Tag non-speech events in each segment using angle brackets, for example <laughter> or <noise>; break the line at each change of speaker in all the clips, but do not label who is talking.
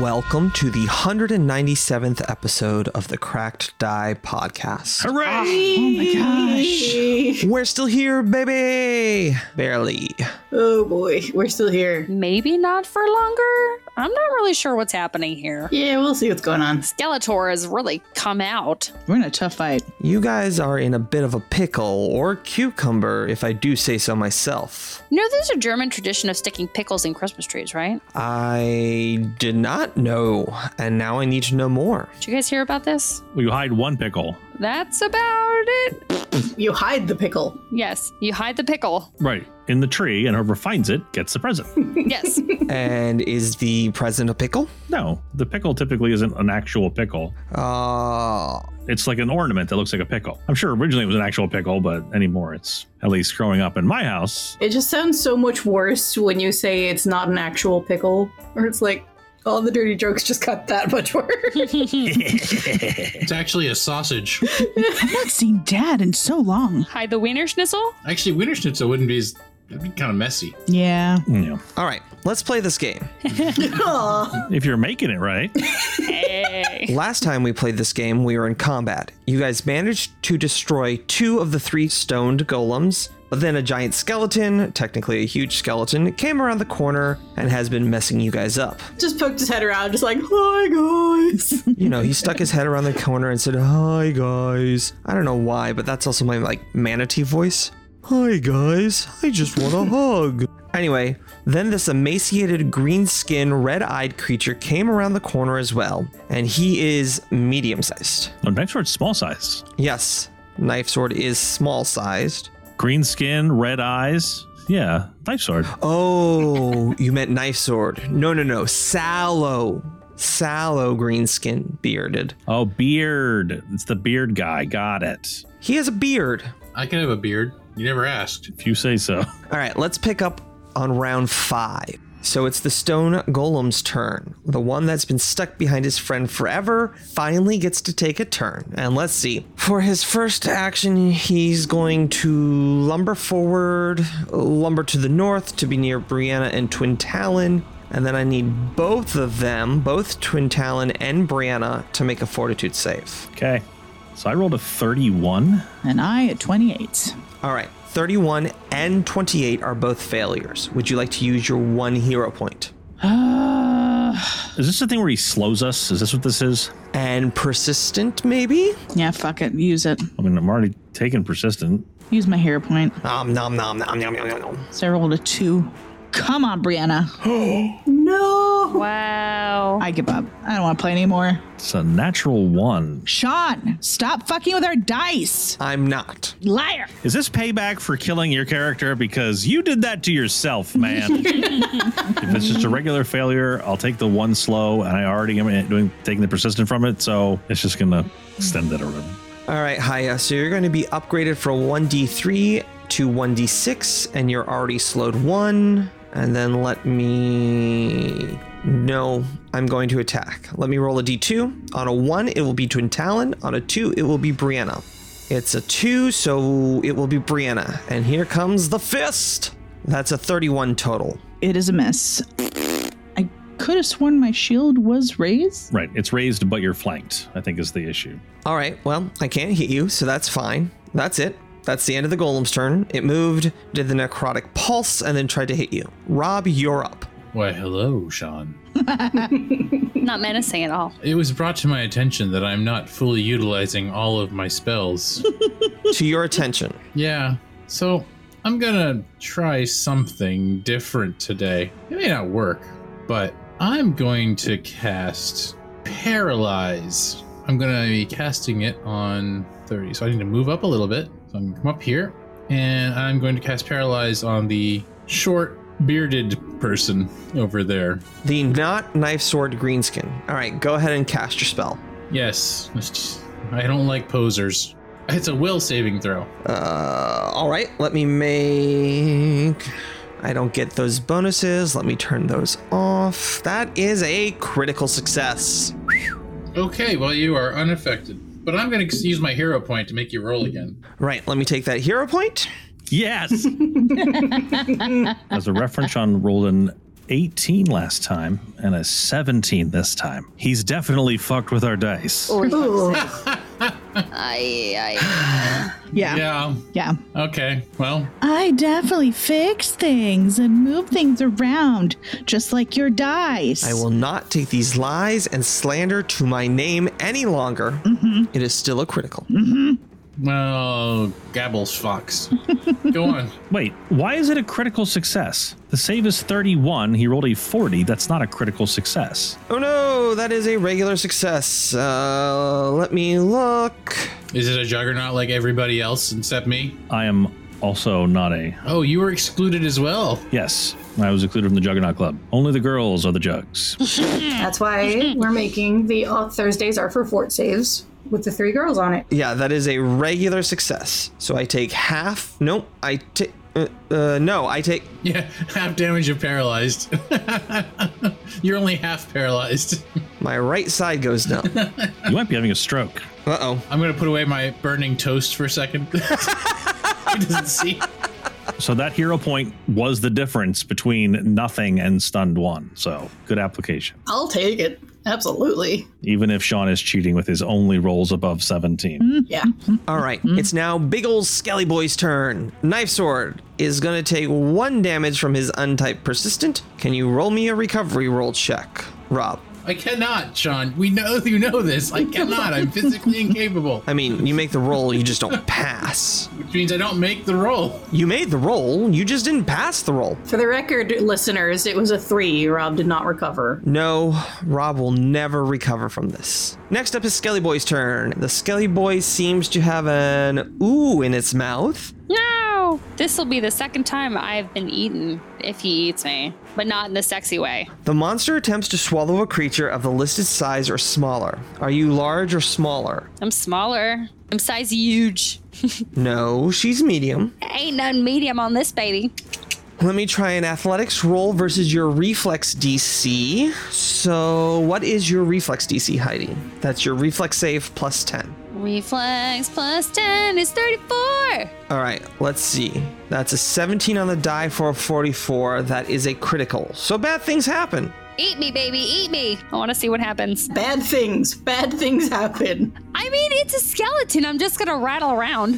welcome to the 197th episode of the Cracked Die podcast.
Oh
Hooray!
We're still here, baby! Barely.
Oh boy, we're still here.
Maybe not for longer? I'm not really sure what's happening here.
Yeah, we'll see what's going on.
Skeletor has really come out.
We're in a tough fight.
You guys are in a bit of a pickle or cucumber, if I do say so myself.
You know, there's a German tradition of sticking pickles in Christmas trees, right?
I did not know, and now I need to know more. <laughs>
Did you guys hear about this?
You hide one pickle.
That's about it.
You hide the pickle.
Yes, you hide the pickle.
Right. In the tree, and whoever finds it gets the present.
Yes.
and is the present a pickle?
no, the pickle typically isn't an actual pickle.
Uh,
It's like an ornament that looks like a pickle. I'm sure originally it was an actual pickle, but anymore it's, at least growing up in my house,
It just sounds so much worse when you say it's not an actual pickle, or it's like all the dirty jokes just got that much worse.
It's actually a sausage.
I've not seen Dad in so long.
hide the wiener schnitzel?
Actually, Wiener Schnitzel wouldn't be as. That'd be kind of messy.
Yeah.
you know,
all right, let's play this game.
Aw.
if you're making it <laughs> right.
Hey.
<laughs> Last time we played this game, we were in combat. You guys managed to destroy two of the three stoned golems, but then a giant skeleton, technically a huge skeleton, came around the corner and has been messing you guys up.
just poked his head around, just like,
<laughs>
hi guys.
You know, he stuck his head around the corner and said, Hi guys. I don't know why, but that's also my like manatee voice. Hi guys, I just want a hug. Anyway, then this emaciated, green skinned, red eyed creature came around the corner as well, and he is medium sized.
No, knife sword's small size.
Yes, knife sword is small sized.
Green skin, red eyes. Yeah, knife sword.
Oh, you meant knife sword. No, no, no. Sallow, sallow green skin, bearded.
Oh, beard. It's the beard guy. Got it.
He has a beard.
I can have a beard. You never asked.
If you say so. <laughs>
All right, let's pick up on round five. So it's the stone golem's turn. The one that's been stuck behind his friend forever finally gets to take a turn. And let's see. For his first action, he's going to lumber forward, lumber to the north to be near Brianna and Twin Talon. And then I need both of them, both Twin Talon and Brianna, to make a fortitude save.
Okay. So I rolled a 31.
And I at 28.
All right, 31 and 28 are both failures. Would you like to use your one hero point?
Uh,
Is this the thing where he slows us? Is this what this is?
and persistent, maybe?
yeah, fuck it. Use it.
I mean, I'm already taking persistent.
Use my hero point.
Nom nom nom nom nom nom nom. nom.
So I rolled a two. Come on, Brianna.
no.
Wow.
I give up. I don't want to play anymore.
It's a natural one.
Sean, stop fucking with our dice.
I'm not.
Liar.
Is this payback for killing your character? Because you did that to yourself, man. if it's just a regular failure, I'll take the one slow, and I already am doing taking the persistent from it, so it's just gonna extend it or whatever.
All right, Haya. So you're going to be upgraded from 1d3 to 1d6, and you're already slowed one. And then let me. No, I'm going to attack. Let me roll a d2. On a one, it will be Twin Talon. On a two, it will be Brianna. It's a two, so it will be Brianna. And here comes the fist. That's a 31 total.
It is a miss. I could have sworn my shield was raised.
Right, it's raised, but you're flanked. I think is the issue.
All right, well, I can't hit you, so that's fine. That's it. That's the end of the golem's turn. It moved, did the necrotic pulse, and then tried to hit you. Rob, you're up.
Why, hello, Sean.
Not menacing at all.
It was brought to my attention that I'm not fully utilizing all of my spells.
to your attention.
yeah, so I'm gonna try something different today. It may not work, but I'm going to cast Paralyze. I'm gonna be casting it on 30, so I need to move up a little bit. So I'm gonna come up here, and I'm going to cast Paralyze on the short, bearded person over there.
The not knife sword greenskin. All right, go ahead and cast your spell.
Yes. it's just- I don't like posers. It's a will saving throw.
Uh, all right, let me make. I don't get those bonuses. Let me turn those off. That is a critical success.
Okay, well, you are unaffected. But I'm going to use my hero point to make you roll again.
Right, let me take that hero point.
Yes. As a reference, Sean rolled an 18 last time and a 17 this time. He's definitely fucked with our dice.
Ooh.
Yeah. yeah.
Yeah. Okay. Well,
I definitely fix things and move things around, just like your dice.
I will not take these lies and slander to my name any longer. It is still a critical.
well, Gabbles Fox. <laughs> Go on.
Wait, why is it a critical success? The save is 31. He rolled a 40. That's not a critical success.
Oh no, that is a regular success. Uh, let me look.
Is it a juggernaut like everybody else except me?
I am also not a.
Oh, you were excluded as well.
Yes, I was excluded from the Juggernaut Club. Only the girls are the jugs.
That's why we're making the uh, Thursdays are for fort saves with the three girls on it.
Yeah, that is a regular success. So I take half. Nope, I take. Uh, uh, no, I take.
Yeah, <laughs> half damage of paralyzed. <laughs> You're only half paralyzed.
My right side goes numb. uh
you might be having a stroke.
oh.
I'm gonna put away my burning toast for a second. <laughs> he doesn't see.
So that hero point was the difference between nothing and stunned one. So good application.
I'll take it. Absolutely.
Even if Sean is cheating with his only rolls above 17.
Yeah.
All right, it's now Big Ol' Skelly Boy's turn. Knife Sword is going to take one damage from his untyped persistent. Can you roll me a recovery roll check, Rob?
I cannot, Sean. We know you know this. I cannot. I'm physically incapable,
I mean, you make the roll, you just don't pass.
which means I don't make the roll.
You made the roll, you just didn't pass the roll.
For the record, listeners, it was a three. Rob did not recover.
No, Rob will never recover from this. Next up is Skelly Boy's turn. The Skelly Boy seems to have an ooh in its mouth.
No! This will be the second time I've been eaten if he eats me, but not in the sexy way.
The monster attempts to swallow a creature of the listed size or smaller. Are you large or smaller?
I'm smaller. I'm size huge.
No, she's medium.
Ain't none medium on this baby.
Let me try an athletics roll versus your reflex DC. So, what is your reflex DC, Heidi? That's your reflex save plus 10.
Reflex plus 10 is 34.
All right, let's see. That's a 17 on the die for a 44. That is a critical. So, bad things happen.
Eat me, baby, eat me. I want to see what happens.
Bad things. Bad things happen.
I mean, it's a skeleton. I'm just going to rattle around.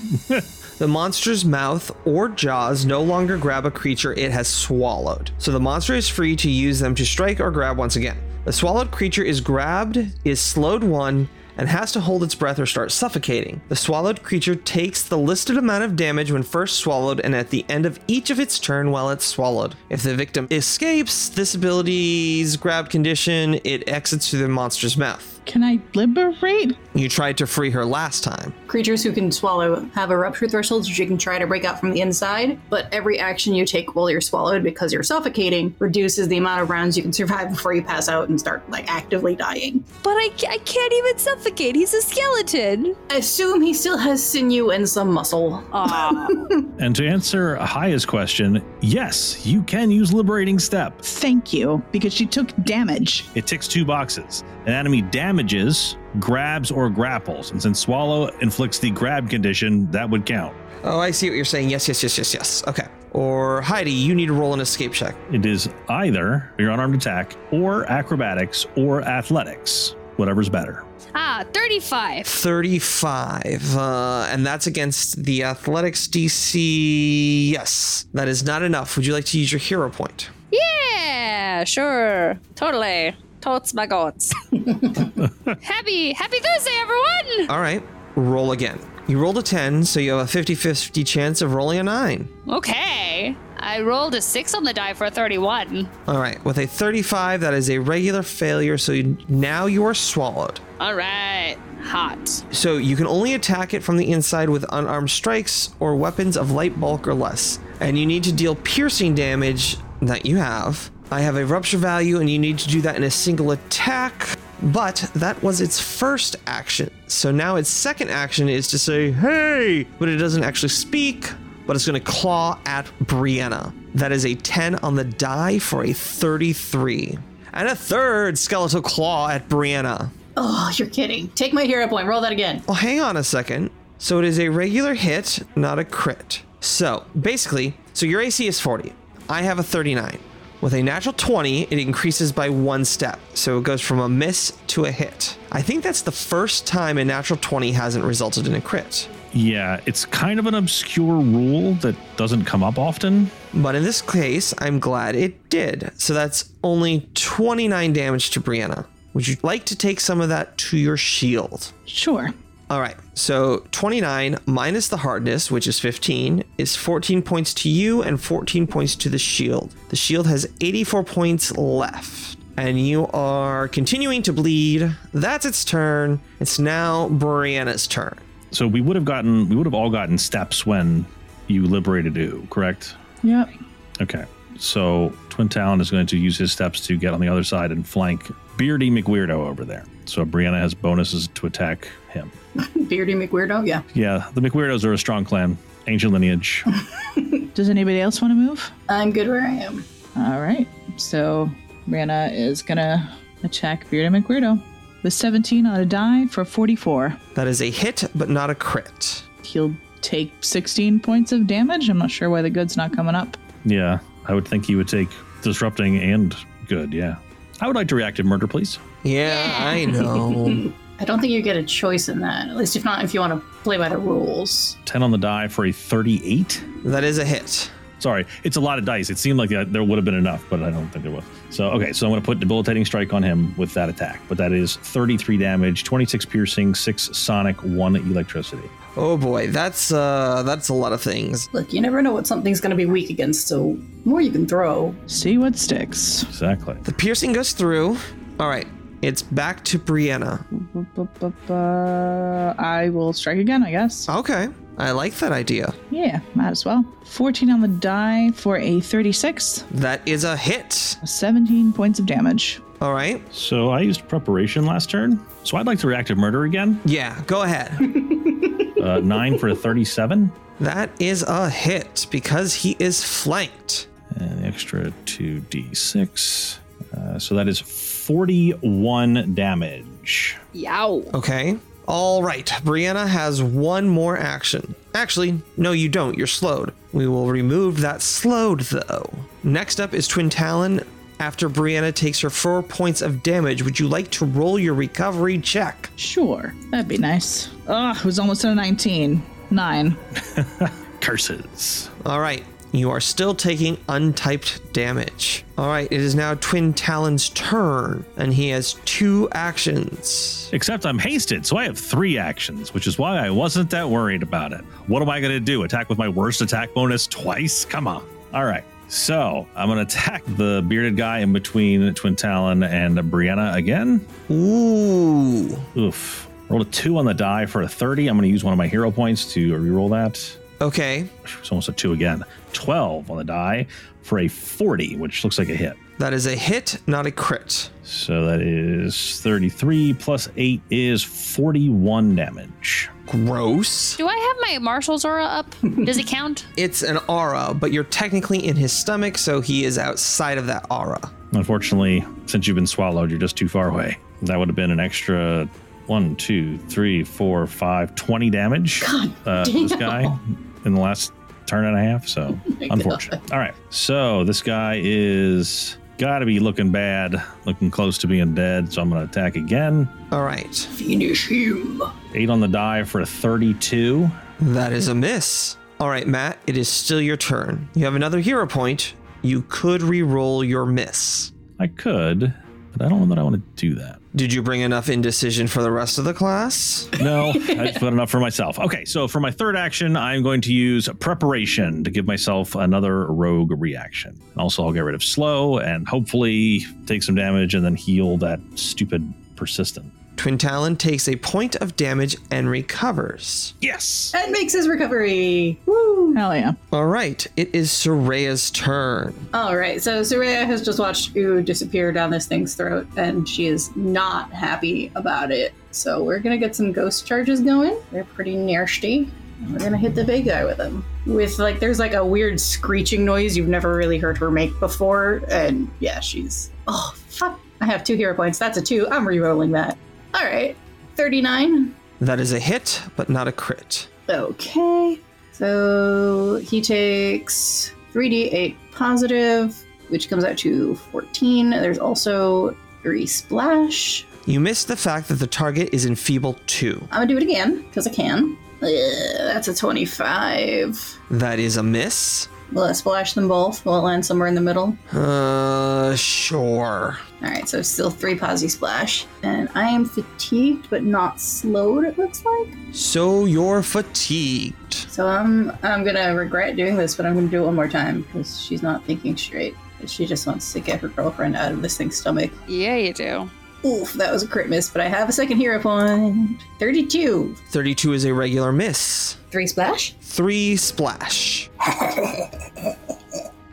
The monster's mouth or jaws no longer grab a creature it has swallowed, so the monster is free to use them to strike or grab once again. The swallowed creature is grabbed, is slowed one, and has to hold its breath or start suffocating. The swallowed creature takes the listed amount of damage when first swallowed and at the end of each of its turn while it's swallowed. If the victim escapes this ability's grab condition, it exits through the monster's mouth.
Can I liberate?
You tried to free her last time.
Creatures who can swallow have a rupture threshold, which you can try to break out from the inside, but every action you take while you're swallowed because you're suffocating reduces the amount of rounds you can survive before you pass out and start like actively dying.
But I, ca- I can't even suffocate. He's a skeleton.
I assume he still has sinew and some muscle.
Aw.
And to answer Haya's question, yes, you can use Liberating Step.
Thank you, because she took damage.
It ticks two boxes. An enemy damages, grabs, or grapples. And since Swallow inflicts the grab condition, that would count.
Oh, I see what you're saying. Yes, yes, yes, yes, yes. Okay. Or Heidi, you need to roll an escape check.
It is either your unarmed attack, or acrobatics, or athletics, whatever's better.
ah, 35.
35. Uh, and that's against the athletics DC. Yes, that is not enough. Would you like to use your hero point?
Yeah, sure. Totally. Totes my goats. happy, happy Thursday, everyone.
All right, roll again. You rolled a 10, so you have a 50 50 chance of rolling a 9.
Okay. I rolled a six on the die for a 31.
All right, with a 35, that is a regular failure, so you, now you are swallowed.
All right. Hot.
So you can only attack it from the inside with unarmed strikes or weapons of light bulk or less. And you need to deal piercing damage that you have. I have a rupture value, and you need to do that in a single attack. But that was its first action. So now its second action is to say, hey, but it doesn't actually speak, but it's going to claw at Brianna. That is a 10 on the die for a 33. And a third skeletal claw at Brianna.
Oh, you're kidding. Take my hero point. Roll that again.
Well, Oh, hang on a second. So it is a regular hit, not a crit. So basically, so your AC is 40. I have a 39. With a natural 20, it increases by one step, so it goes from a miss to a hit. I think that's the first time a natural 20 hasn't resulted in a crit.
Yeah, it's kind of an obscure rule that doesn't come up often.
But in this case, I'm glad it did. So that's only 29 damage to Brianna. Would you like to take some of that to your shield?
Sure.
All right, so 29 minus the hardness, which is 15, is 14 points to you and 14 points to the shield. The shield has 84 points left, and you are continuing to bleed. That's its turn. It's now Brianna's turn.
So we would have gotten, we would have all gotten steps when you liberated U, correct?
Yep.
Okay. So Twin Talon is going to use his steps to get on the other side and flank Beardy McWeirdo over there. So Brianna has bonuses to attack him.
Beardy McWeirdo, yeah.
Yeah, the McWeirdos are a strong clan, ancient lineage.
Does anybody else want to move?
I'm good where I am.
All right. So Rihanna is gonna attack Beardo McWeirdo with 17 on a die for 44.
That is a hit, but not a crit.
He'll take 16 points of damage. I'm not sure why the good's not coming up.
yeah, I would think he would take disrupting and good. Yeah. I would like to reactive murder, please.
Yeah, I know.
I don't think you get a choice in that. At least if not, if you want to play by the rules.
10 on the die for a 38.
that is a hit.
Sorry, it's a lot of dice. It seemed like that- there would have been enough, but I don't think there was. So, okay, so I'm going to put debilitating strike on him with that attack, but that is 33 damage, 26 piercing, 6 sonic, 1 electricity.
Oh boy, that's uh that's a lot of things.
Look, you never know what something's going to be weak against, so the more you can throw.
See what sticks.
Exactly.
The piercing goes through. All right, it's back to Brianna.
Ba-ba-ba. I will strike again, I guess.
Okay, I like that idea.
Yeah, might as well. 14 on the die for a 36,
That is a hit.
17 points of damage.
All right.
So I used preparation last turn. So I'd like to reactive murder again.
Yeah, go ahead.
Uh, <laughs> 9 for a 37.
that is a hit because he is flanked.
An extra 2d6. Uh, so that is 41 damage.
Yow.
Okay. All right, Brianna has one more action. Actually, no, you don't. You're slowed. We will remove that slowed, though. Next up is Twin Talon. After Brianna takes her four points of damage, would you like to roll your recovery check?
Sure, that'd be nice. Ugh, it was almost at a 19. Nine.
Curses.
All right, you are still taking untyped damage. All right, it is now Twin Talon's turn, and he has two actions.
Except I'm hasted, so I have three actions, which is why I wasn't that worried about it. What am I going to do? Attack with my worst attack bonus twice? Come on. All right. So I'm going to attack the bearded guy in between Twin Talon and Brianna again.
Ooh.
Oof. Rolled a two on the die for a 30. I'm going to use one of my hero points to reroll that.
Okay,
It's almost a two again. 12 on the die for a 40, which looks like a hit.
that is a hit, not a crit.
So that is 33 plus 8 is 41 damage.
Gross.
Do I have my marshal's aura up? Does it count?
It's an aura, but you're technically in his stomach, so he is outside of that aura.
Unfortunately, since you've been swallowed, you're just too far away. That would have been an extra one, two, three, four, five, 20 damage. uh, to this guy in the last turn and a half. So unfortunate. All right. So this guy is got to be looking bad, looking close to being dead. So I'm going to attack again.
All right,
Finish him.
Eight on the die for a 32.
that is a miss. All right, Matt, it is still your turn. You have another hero point. You could re-roll your miss.
I could, but I don't know that I want to do that.
Did you bring enough indecision for the rest of the class?
No, that's good enough for myself. Okay, so for my third action, I'm going to use preparation to give myself another rogue reaction. And Also, I'll get rid of slow and hopefully take some damage and then heal that stupid persistent.
Twin Talon takes a point of damage and recovers.
Yes.
And makes his recovery. Woo!
Hell yeah.
All right, it is Soraya's turn.
All right, so Soraya has just watched Ooh disappear down this thing's throat, and she is not happy about it. So we're gonna get some ghost charges going. They're pretty nasty. And We're gonna hit the big guy with them. With like, there's like a weird screeching noise you've never really heard her make before, and yeah, she's oh fuck. I have two hero points. That's a two. I'm re-rolling that. All right, thirty-nine.
That is a hit, but not a crit.
Okay. So he takes 3d8 positive which comes out to 14. There's also three splash.
You miss the fact that the target is enfeebled 2.
I'm gonna do it again because I can. Ugh, that's a 25.
That is a miss.
Will I splash them both? Will it land somewhere in the middle?
Uh, sure.
All right, so still three posy splash, and I am fatigued but not slowed. It looks like.
So you're fatigued.
So I'm I'm gonna regret doing this, but I'm gonna do it one more time because she's not thinking straight. She just wants to get her girlfriend out of this thing's stomach.
Yeah, you do.
Oof, that was a crit miss, but I have a second hero point. 32.
32 is a regular miss.
Three splash?
3 splash.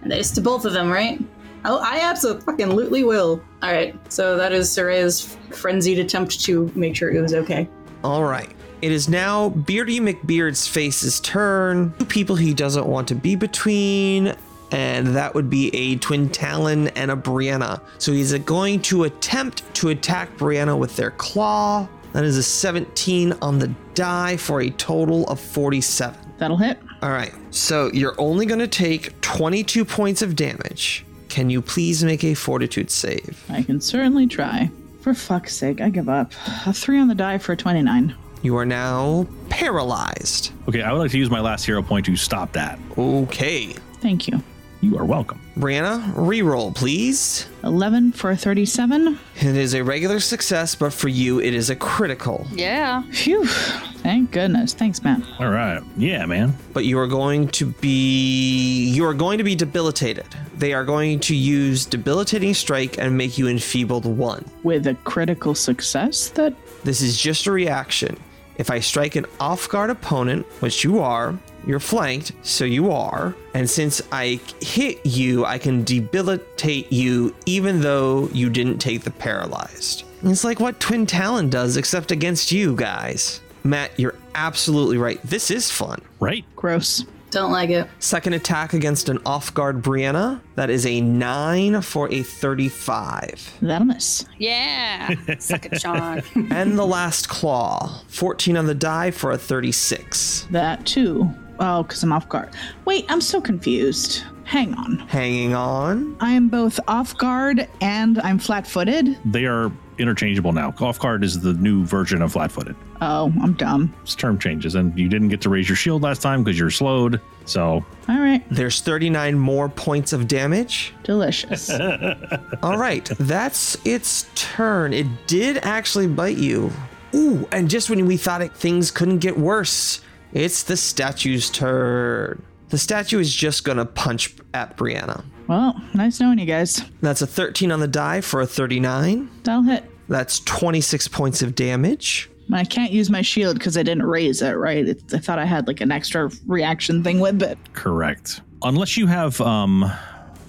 And that is to both of them, right? Oh, I absolutely will. All right, so that is Soraya's frenzied attempt to make sure it was okay.
All right. It is now Beardy McBeard's face's turn. Two people he doesn't want to be between, and that would be a Twin Talon and a Brianna. So he's going to attempt to attack Brianna with their claw. That is a 17 on the die for a total of 47.
That'll hit.
All right. So you're only going to take 22 points of damage. Can you please make a fortitude save?
I can certainly try. For fuck's sake, I give up. A three on the die for a 29.
You are now paralyzed.
Okay, I would like to use my last hero point to stop that.
Okay.
Thank you.
You are welcome.
Brianna, reroll, please.
11 for a 37.
It is a regular success, but for you, it is a critical.
Yeah.
Phew. Thank goodness. Thanks, Matt.
All right. Yeah, man.
But you are going to be you are going to be debilitated. They are going to use debilitating strike and make you enfeebled one.
With a critical success that.
This is just a reaction. If I strike an off guard opponent, which you are, you're flanked, so you are. And since I hit you, I can debilitate you even though you didn't take the paralyzed. It's like what Twin Talon does, except against you guys. Matt, you're absolutely right. This is fun.
Right?
Gross.
Don't like it.
Second attack against an off guard Brianna. That is a 9 for a 35.
That'll miss.
Yeah. Suck it, Sean.
And the last claw. 14 on the die for a 36.
That too. Oh, because I'm off guard. Wait, I'm so confused. Hang on.
Hanging on.
I am both off guard and I'm flat footed.
They are interchangeable now. Off guard is the new version of flat footed.
Oh, I'm dumb.
It's term changes. And you didn't get to raise your shield last time because you're slowed. So,
All right.
There's 39 more points of damage.
Delicious.
All right, that's its turn. It did actually bite you. Ooh, and just when we thought it, things couldn't get worse, it's the statue's turn. The statue is just gonna punch at Brianna.
well, nice knowing you guys.
That's a 13 on the die for a 39.
That'll hit.
That's 26 points of damage.
I can't use my shield because I didn't raise it, right? It, I thought I had like an extra reaction thing with it.
correct. Unless you have um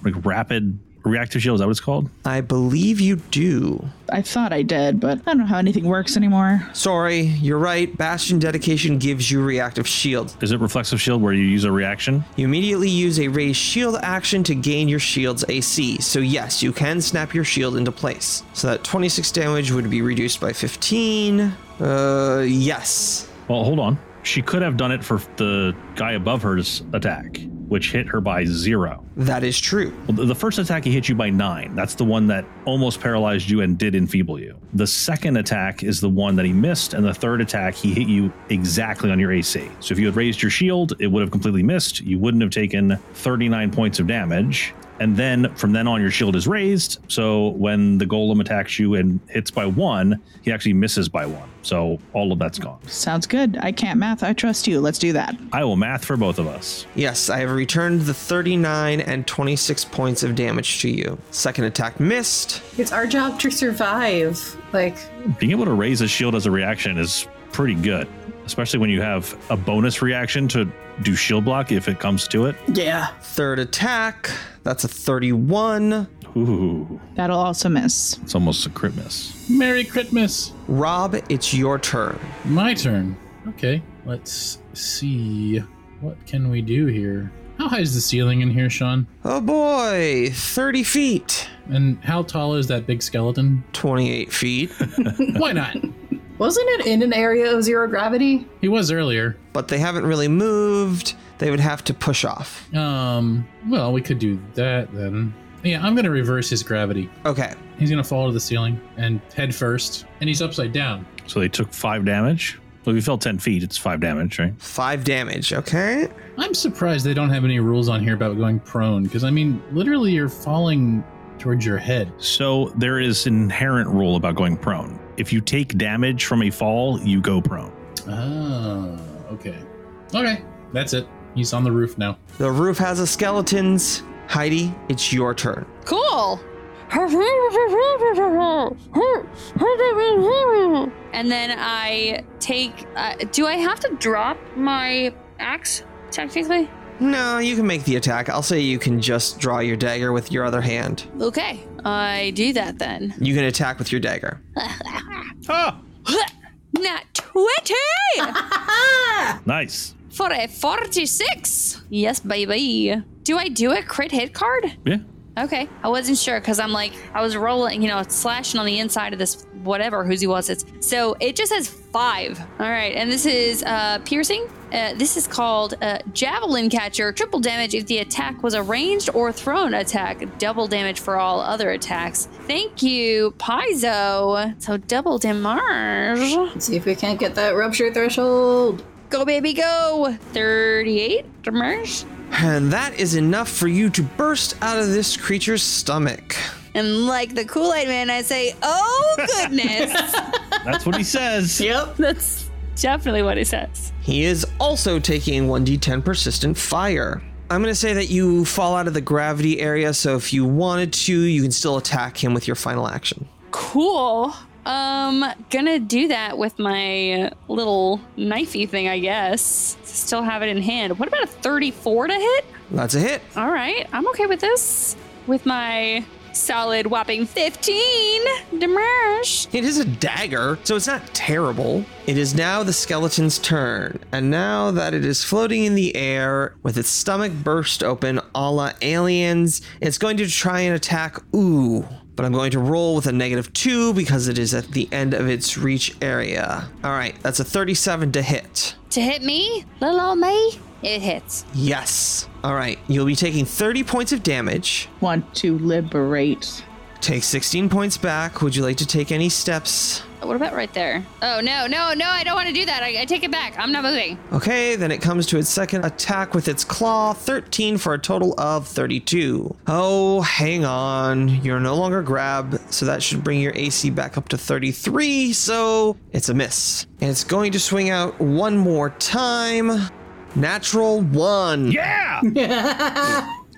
like rapid reactive shield, is that what it's called?
I believe you do.
I thought I did, but I don't know how anything works anymore.
Sorry, you're right. Bastion dedication gives you reactive shield.
Is it reflexive shield where you use a reaction?
You immediately use a raise shield action to gain your shield's AC. So yes, you can snap your shield into place. So that 26 damage would be reduced by 15. Uh, yes.
Well, hold on. She could have done it for the guy above her's attack, which hit her by zero.
That is true.
Well, the- the first attack he hit you by nine. That's the one that almost paralyzed you and did enfeeble you. The second attack is the one that he missed, and the third attack he hit you exactly on your AC. So if you had raised your shield, it would have completely missed. You wouldn't have taken 39 points of damage. And then from then on, your shield is raised. So when the golem attacks you and hits by one, he actually misses by one. So all of that's gone.
Sounds good. I can't math. I trust you. Let's do that.
I will math for both of us.
Yes, I have returned the 39 and 26 points of damage to you. Second attack missed.
It's our job to survive. Like,
Being able to raise a shield as a reaction is pretty good, especially when you have a bonus reaction to do shield block if it comes to it.
yeah.
Third attack. That's a 31.
Ooh,
That'll also miss.
it's almost a crit miss.
Merry Christmas.
Rob, it's your turn.
My turn. Okay, let's see. What can we do here? How high is the ceiling in here, Sean?
Oh boy, 30 feet.
And how tall is that big skeleton?
28 feet.
Why not?
Wasn't it in an area of zero gravity?
He was earlier.
but they haven't really moved. They would have to push off.
Um, well, we could do that then. Yeah, I'm gonna reverse his gravity.
Okay.
He's gonna fall to the ceiling and head first, and he's upside down.
So they took five damage. Well, if you fell 10 feet, it's five damage, right?
Five damage. Okay.
I'm surprised they don't have any rules on here about going prone, because I mean, literally, you're falling towards your head.
So there is an inherent rule about going prone. If you take damage from a fall, you go prone.
Ah, okay, okay, that's it. He's on the roof now.
The roof has a skeletons. Heidi, it's your turn.
Cool. And then I take. Uh, do I have to drop my axe technically?
No, you can make the attack. I'll say you can just draw your dagger with your other hand.
Okay, I do that then.
You can attack with your dagger.
Ah,
Nat 20
nice.
for a 46. Yes, baby. Do I do a crit hit card?
Yeah.
Okay, I wasn't sure because I'm like I was rolling, you know, slashing on the inside of this whatever whose he was. It's so it just says five. All right, and this is uh, piercing. Uh, this is called uh, javelin catcher. Triple damage if the attack was a ranged or thrown attack. Double damage for all other attacks. Thank you, Paizo. So double damage.
Let's see if we can't get that rupture threshold.
Go baby, go. Thirty-eight damage.
And that is enough for you to burst out of this creature's stomach.
And like the Kool Aid Man, I say, "Oh goodness."
That's what he says.
Yep.
<laughs> That's definitely what it says.
He is also taking 1d10 persistent fire. I'm going to say that you fall out of the gravity area, so if you wanted to, you can still attack him with your final action.
Cool. Um, gonna do that with my little knifey thing, I guess. Still have it in hand. What about a 34 to hit?
That's a hit.
All right, I'm okay with this. With my solid whopping 15 damage.
It is a dagger, so it's not terrible. It is now the skeleton's turn, and now that it is floating in the air with its stomach burst open a la aliens, it's going to try and attack Ooh. But I'm going to roll with a negative two because it is at the end of its reach area. All right, that's a 37 to hit.
To hit me, little old me, it hits.
Yes. All right, you'll be taking 30 points of damage.
Want to liberate.
Take 16 points back. Would you like to take any steps?
What about right there? Oh, no, no, no, I don't want to do that. I, I take it back. I'm not moving.
Okay, then it comes to its second attack with its claw, 13 for a total of 32. Oh, hang on. You're no longer grab, so that should bring your AC back up to 33, so it's a miss. And it's going to swing out one more time. Natural one.
Yeah.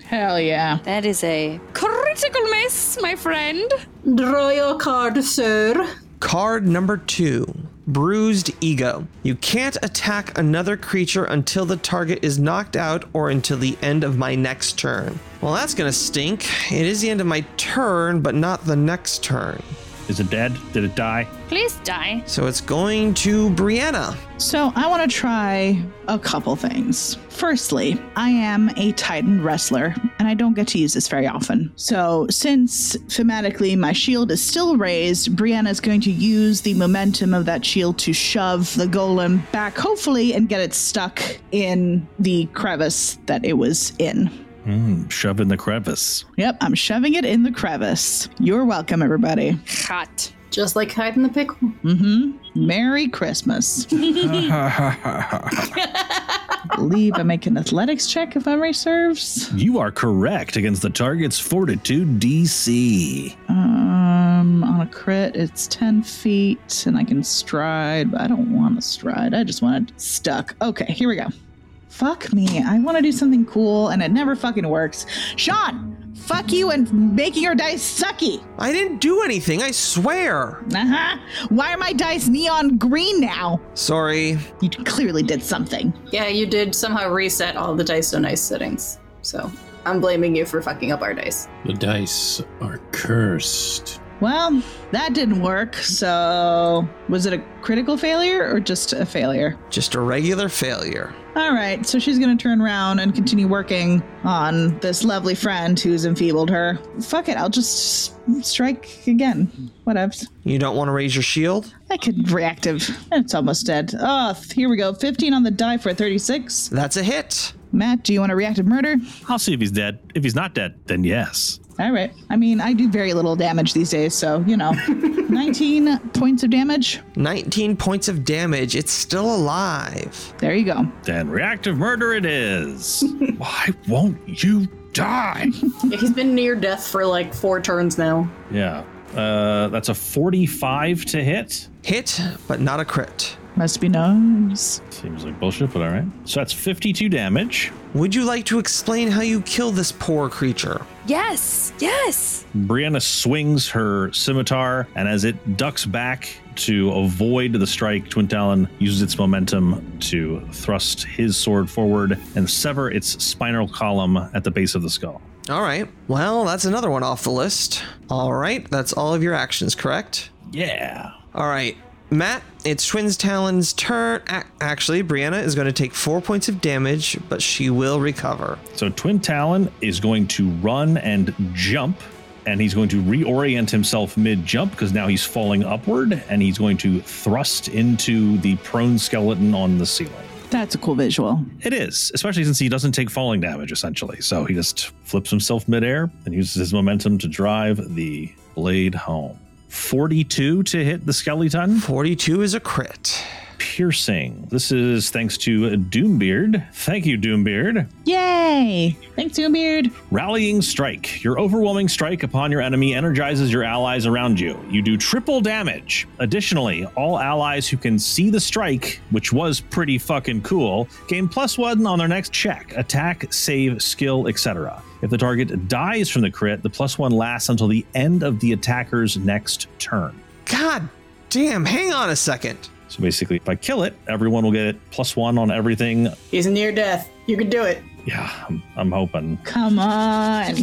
Hell yeah.
That is a critical miss, my friend.
Draw your card, sir.
Card number two Bruised Ego. You can't attack another creature until the target is knocked out or until the end of my next turn. Well, that's gonna stink. It is the end of my turn, but not the next turn.
Is it dead? Did it die?
Please die.
So it's going to Brianna.
So I want to try a couple things. Firstly, I am a Titan wrestler, and I don't get to use this very often. So since thematically my shield is still raised, Brianna is going to use the momentum of that shield to shove the golem back, hopefully, and get it stuck in the crevice that it was in.
Mm, shove in the crevice.
Yep, I'm shoving it in the crevice. You're welcome, everybody.
Hot.
Just like hiding the pickle.
Mm-hmm. Merry Christmas. believe I make an athletics check if memory serves.
You are correct against the target's fortitude DC.
Um, on a crit, it's 10 feet and I can stride, but I don't want to stride. I just want it stuck. Okay, here we go. Fuck me. I want to do something cool and it never fucking works. Sean, fuck you and making your dice sucky.
I didn't do anything, I swear.
Uh huh. Why are my dice neon green now?
Sorry.
You clearly did something.
Yeah, you did somehow reset all the dice so nice settings. So I'm blaming you for fucking up our dice.
The dice are cursed.
Well, that didn't work. So, was it a critical failure or just a failure?
Just a regular failure.
All right, so she's going to turn around and continue working on this lovely friend who's enfeebled her. Fuck it, I'll just s- strike again. Whatevs.
You don't want to raise your shield?
I could reactive. It's almost dead. Oh, here we go. 15 on the die for a 36.
That's a hit.
Matt, do you want a reactive murder?
I'll see if he's dead. If he's not dead, then yes.
All right. I mean, I do very little damage these days, so, you know, 19 points of damage.
19 points of damage. It's still alive.
There you go.
Then reactive murder it is. Why won't you die?
Yeah, he's been near death for like four turns now.
Yeah. Uh, that's a 45 to hit.
Hit, but not a crit.
Must be nice.
Seems like bullshit, but all right. So that's 52 damage.
Would you like to explain how you kill this poor creature?
Yes, yes.
Brianna swings her scimitar, and as it ducks back to avoid the strike, Twin Talon uses its momentum to thrust his sword forward and sever its spinal column at the base of the skull.
All right. Well, that's another one off the list. All right. That's all of your actions, correct?
Yeah.
All right. Matt, it's Twins Talon's turn. A- actually, Brianna is going to take four points of damage, but she will recover.
So Twin Talon is going to run and jump, and he's going to reorient himself mid jump because now he's falling upward, and he's going to thrust into the prone skeleton on the ceiling.
That's a cool visual.
It is, especially since he doesn't take falling damage essentially. So he just flips himself midair and uses his momentum to drive the blade home. 42 to hit the skeleton.
42 is a crit.
Piercing. This is thanks to Doombeard. Thank you, Doombeard.
Yay! Thanks, Doombeard.
Rallying Strike. Your overwhelming strike upon your enemy energizes your allies around you. You do triple damage. Additionally, all allies who can see the strike, which was pretty fucking cool, gain plus one on their next check, attack, save, skill, etc. If the target dies from the crit, the plus one lasts until the end of the attacker's next turn.
God damn, hang on a second.
So basically, if I kill it, everyone will get plus one on everything.
He's near death. You can do it.
Yeah, I'm, I'm hoping.
Come <laughs> on.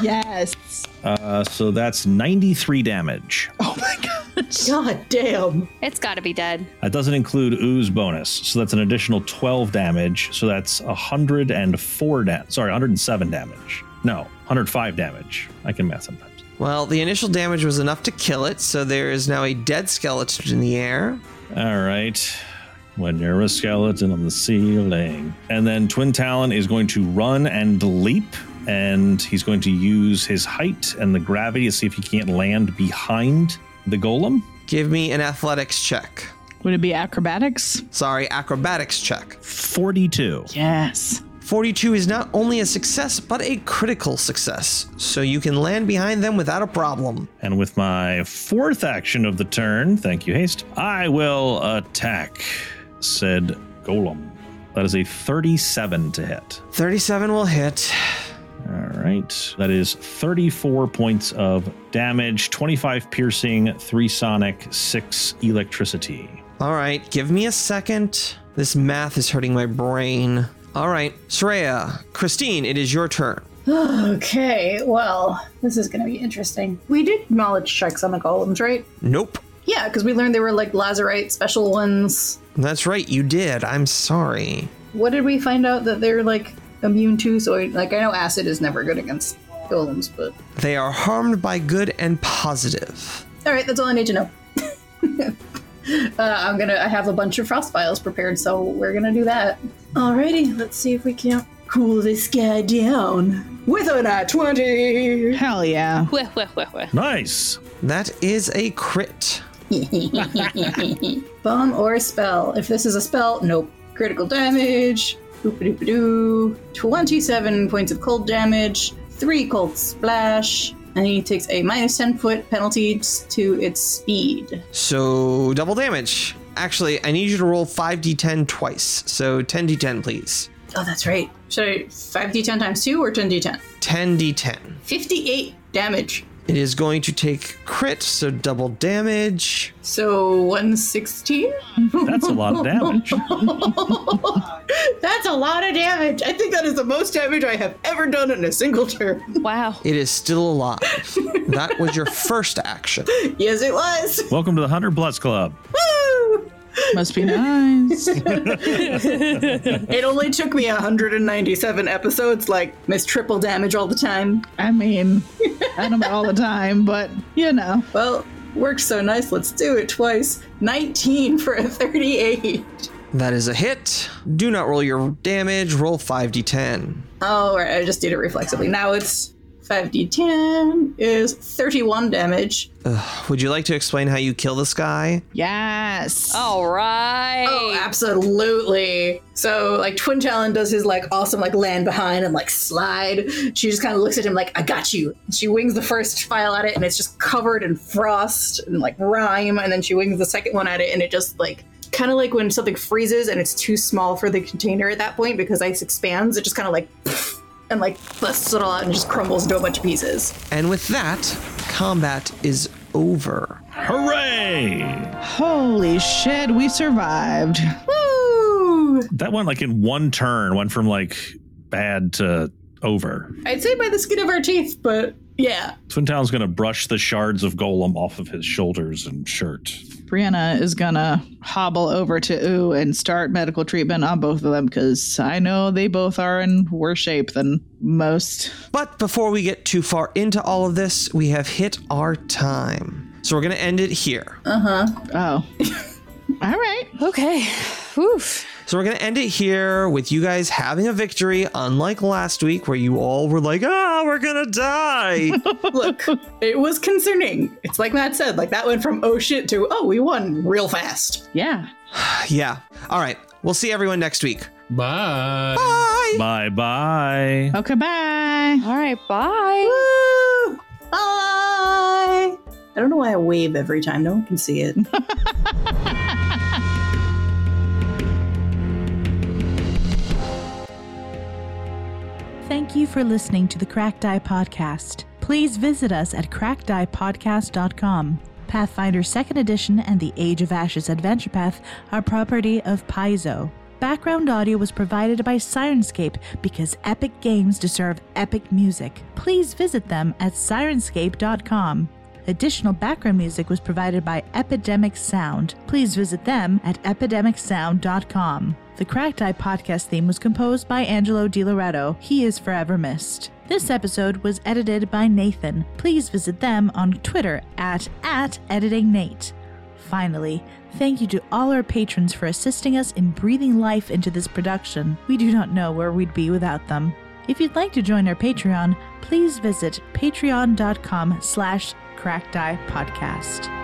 yes.
Uh, so that's 93 damage.
Oh my gosh.
God damn.
It's got to be dead.
That doesn't include ooze bonus, so that's an additional 12 damage. So that's 104 da- sorry, 107 damage. No, 105 damage. I can math sometimes.
Well, the initial damage was enough to kill it, so there is now a dead skeleton in the air.
All right. When you're a skeleton on the ceiling. And then Twin Talon is going to run and leap, and he's going to use his height and the gravity to see if he can't land behind the golem.
Give me an athletics check.
Would it be acrobatics?
Sorry, acrobatics check.
42.
Yes.
42 is not only a success, but a critical success, so you can land behind them without a problem.
And with my fourth action of the turn, thank you, haste, I will attack, said Golem. That is a 37 to hit.
37 will hit.
All right. That is 34 points of damage, 25 piercing, 3 sonic, 6 electricity.
All right, give me a second. This math is hurting my brain. All right, Sreya, Christine, it is your turn.
<gasps> Okay, well, this is going to be interesting. We did knowledge checks on the golems, right?
Nope.
Yeah, because we learned they were like lazarite special ones.
That's right, you did. I'm sorry.
What did we find out that they're like immune to? So, like, I know acid is never good against golems, but
They are harmed by good and positive.
all right, that's all I need to know. <laughs> uh, I'm gonna. I have a bunch of frost files prepared, so we're gonna do that. Alrighty, let's see if we can't cool this guy down with a nat twenty.
Hell yeah.
Whih, whih, whih, whih.
Nice.
That is a crit.
<laughs> Bomb or spell. If this is a spell, nope. Critical damage. Oop-a-doop-a-doo. 27 points of cold damage. 3 cold splash. And he takes a minus 10 foot penalty to its speed.
So, double damage. Actually, I need you to roll 5d10 twice. So, 10d10, please.
Oh, that's right. Should I 5d10 times 2 or 10d10?
10d10.
58 damage.
It is going to take crit, so double damage.
So 116?
That's a lot of damage.
That's a lot of damage. I think that is the most damage I have ever done in a single turn. <laughs>
Wow.
It is still alive. that was your first action.
yes, it was. <laughs>
Welcome to the Hunter Plus Club.
Woo!
Must be nice.
It only took me 197 episodes, like, miss triple damage all the time.
<laughs> I mean, I don't all the time, but you know.
Well, worked so nice, let's do it twice. 19 for a 38.
That is a hit. Do not roll your damage, roll 5d10.
Oh, right, I just did it reflexively. Now it's
5d10 is 31 damage.
Would you like to explain how you kill this guy?
Yes.
All right.
Oh, absolutely. So, like, Twin Talon does his, like, awesome, like, land behind and, like, slide. She just kind of looks at him, like, I got you. She wings the first file at it, and it's just covered in frost and, like, rime. And then she wings the second one at it, and it just, like, kind of like when something freezes and it's too small for the container at that point because ice expands, it just kind of, like, <laughs> and, like, busts it all out and just crumbles into a bunch of pieces.
And with that, combat is over.
Hooray!
Holy shit, we survived.
Woo!
That went like in one turn, went from like bad to over.
I'd say by the skin of our teeth, but yeah.
Twintown's gonna brush the shards of Golem off of his shoulders and shirt.
Brianna is gonna hobble over to Ooh and start medical treatment on both of them because I know they both are in worse shape than most.
But before we get too far into all of this, we have hit our time. So we're going to end it here.
Oh. All right.
Okay. Oof.
So we're going to end it here with you guys having a victory, unlike last week where you all were like, ah, we're going to die.
Look, it was concerning. It's like Matt said, like that went from oh shit to oh we won real fast.
Yeah.
yeah. All right. We'll see everyone next week.
Bye.
Bye.
Bye bye.
Okay, bye.
All right. Bye.
Woo! Bye. I don't know why I wave every time. No one can see it.
Thank you for listening to the Cracked Eye Podcast. Please visit us at crackedeyepodcast.com. Pathfinder 2nd Edition and the Age of Ashes Adventure Path are property of Paizo. Background audio was provided by Sirenscape because epic games deserve epic music. Please visit them at sirenscape.com. Additional background music was provided by Epidemic Sound. Please visit them at epidemicsound.com. The Cracked Eye podcast theme was composed by Angelo DiLoretto. He is forever missed. This episode was edited by Nathan. Please visit them on Twitter at, at editingnate. Finally, thank you to all our patrons for assisting us in breathing life into this production. We do not know where we'd be without them. If you'd like to join our Patreon, please visit patreon.com slash cracked eye podcast.